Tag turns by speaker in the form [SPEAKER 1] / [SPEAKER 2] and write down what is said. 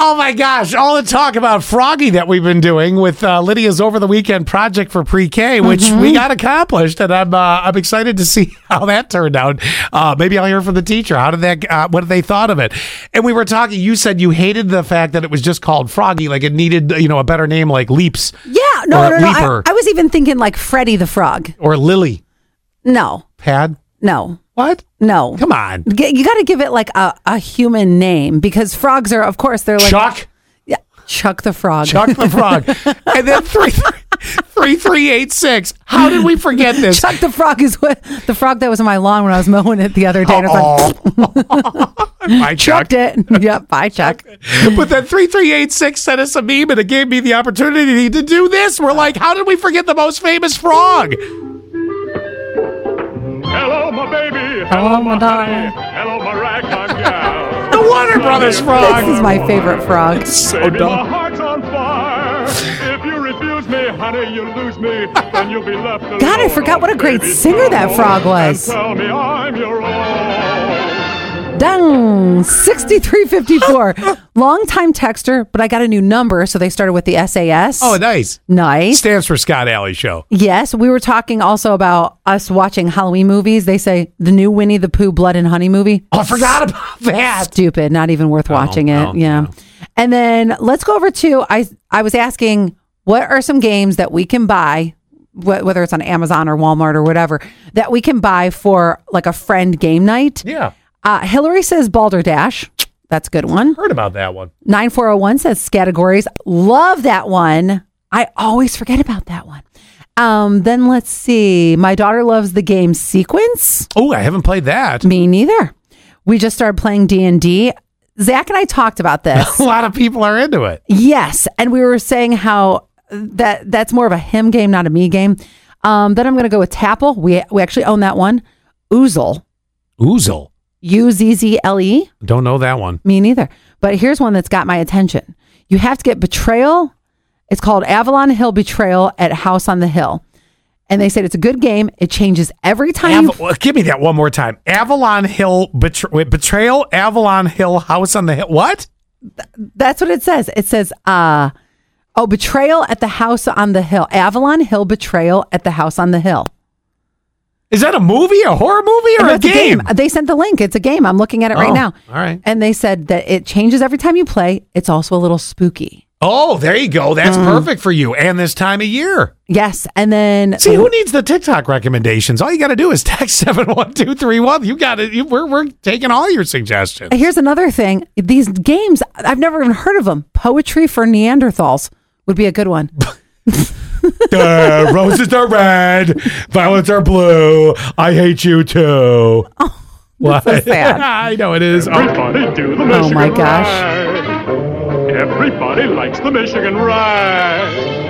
[SPEAKER 1] Oh my gosh! All the talk about Froggy that we've been doing with uh, Lydia's over the weekend project for pre-K, which we got accomplished, and I'm uh, I'm excited to see how that turned out. Uh, maybe I'll hear from the teacher. How did that? Uh, what they thought of it? And we were talking. You said you hated the fact that it was just called Froggy, like it needed you know a better name, like Leaps
[SPEAKER 2] Yeah, no,
[SPEAKER 1] Or
[SPEAKER 2] no, no.
[SPEAKER 1] Leaper.
[SPEAKER 2] I, I was even thinking like Freddy the Frog.
[SPEAKER 1] or Lily
[SPEAKER 2] No,
[SPEAKER 1] Pad.
[SPEAKER 2] no,
[SPEAKER 1] What?
[SPEAKER 2] no.
[SPEAKER 1] Come on,
[SPEAKER 2] G- You got to give it like a, a human name because frogs are, of course, they're like
[SPEAKER 1] Chuck.
[SPEAKER 2] Yeah, Chuck the Frog.
[SPEAKER 1] Chuck the Frog, and then three three three eight six. How did we forget this?
[SPEAKER 2] Chuck the Frog is what the frog that was in my lawn when I was mowing it the other day. And I was like,
[SPEAKER 1] Oh, my Chuck.
[SPEAKER 2] chucked it. yep, bye, Chuck.
[SPEAKER 1] But then 3386 sent us a meme and it gave me the opportunity to do this. We're like, how did we forget the most famous frog?
[SPEAKER 3] Hello, my baby.
[SPEAKER 2] Hello, my darling.
[SPEAKER 3] Hello, my ragtime gal.
[SPEAKER 1] The Warner Brothers frog.
[SPEAKER 2] This is my favorite frog.
[SPEAKER 1] so
[SPEAKER 2] Oh,
[SPEAKER 3] Baby, my
[SPEAKER 1] dumb.
[SPEAKER 3] heart's on fire. If you refuse me, honey, you lose me, and you'll be left alone. oh,
[SPEAKER 2] God, I forgot what a great singer that frog was.
[SPEAKER 3] And tell me I'm your own.
[SPEAKER 2] Dung 6354. Long time texter, but I got a new number, so they started with the SAS.
[SPEAKER 1] Oh, nice.
[SPEAKER 2] nice.
[SPEAKER 1] Stands for Scott Alley Show.
[SPEAKER 2] Yes, we were talking also about us watching Halloween movies. They say the new Winnie the Pooh Blood and Honey movie.
[SPEAKER 1] Oh, I forgot about that.
[SPEAKER 2] Stupid, not even worth watching it.
[SPEAKER 1] no,
[SPEAKER 2] yeah.
[SPEAKER 1] no.
[SPEAKER 2] And then let's go over to I I was asking what are some games that we can buy wh- whether it's on Amazon or Walmart or whatever that we can buy for like a friend game night.
[SPEAKER 1] Yeah,
[SPEAKER 2] Uh, Hillary says Balderdash. That's a good one.
[SPEAKER 1] heard about that one.
[SPEAKER 2] 9401 says categories. Love that one. I always forget about that one. Um, then let's see. My daughter loves the game sequence.
[SPEAKER 1] Oh, I haven't played that.
[SPEAKER 2] Me neither. We just started playing D&D. Zach and I talked about this.
[SPEAKER 1] A lot of people are into it.
[SPEAKER 2] yes. And we were saying how that that's more of a him game, not a me game. Um, then I'm going to go with Tapple. We, we actually own that one. Oozle.
[SPEAKER 1] Oozle.
[SPEAKER 2] U-Z-Z-L-E.
[SPEAKER 1] Don't know that one.
[SPEAKER 2] Me neither. But here's one that's got my attention. You have to get Betrayal. It's called Avalon Hill Betrayal at House on the Hill. And they said it's a good game. It changes every time. you-
[SPEAKER 1] Av- well, give me that one more time. Avalon Hill betr- wait, Betrayal, Avalon Hill House on the Hill. What?
[SPEAKER 2] that's what it says. It says, uh, oh, Betrayal at the House on the Hill. Avalon Hill Betrayal at the House on the Hill.
[SPEAKER 1] Is that a movie, a horror movie, or a
[SPEAKER 2] That's
[SPEAKER 1] game?
[SPEAKER 2] They sent the link. It's a game. I'm looking at it
[SPEAKER 1] Oh,
[SPEAKER 2] right now.
[SPEAKER 1] all right.
[SPEAKER 2] And they said that it changes every time you play. It's also a little spooky.
[SPEAKER 1] Oh, there you go. That's perfect for you and this time of year.
[SPEAKER 2] Yes. And then
[SPEAKER 1] See, who needs the TikTok recommendations? All you got to do is text 71231. You got it. You- We're, we're taking all your suggestions.
[SPEAKER 2] Here's another thing. These games, I've never even heard of them. Poetry for Neanderthals would be a good one.
[SPEAKER 1] Uh, roses are red, violets are blue. I hate you too. What?
[SPEAKER 2] so sad.
[SPEAKER 1] I know it is. Oh,
[SPEAKER 3] Everybody do the Michigan
[SPEAKER 2] my gosh.
[SPEAKER 3] Ride. Everybody likes the Michigan ride.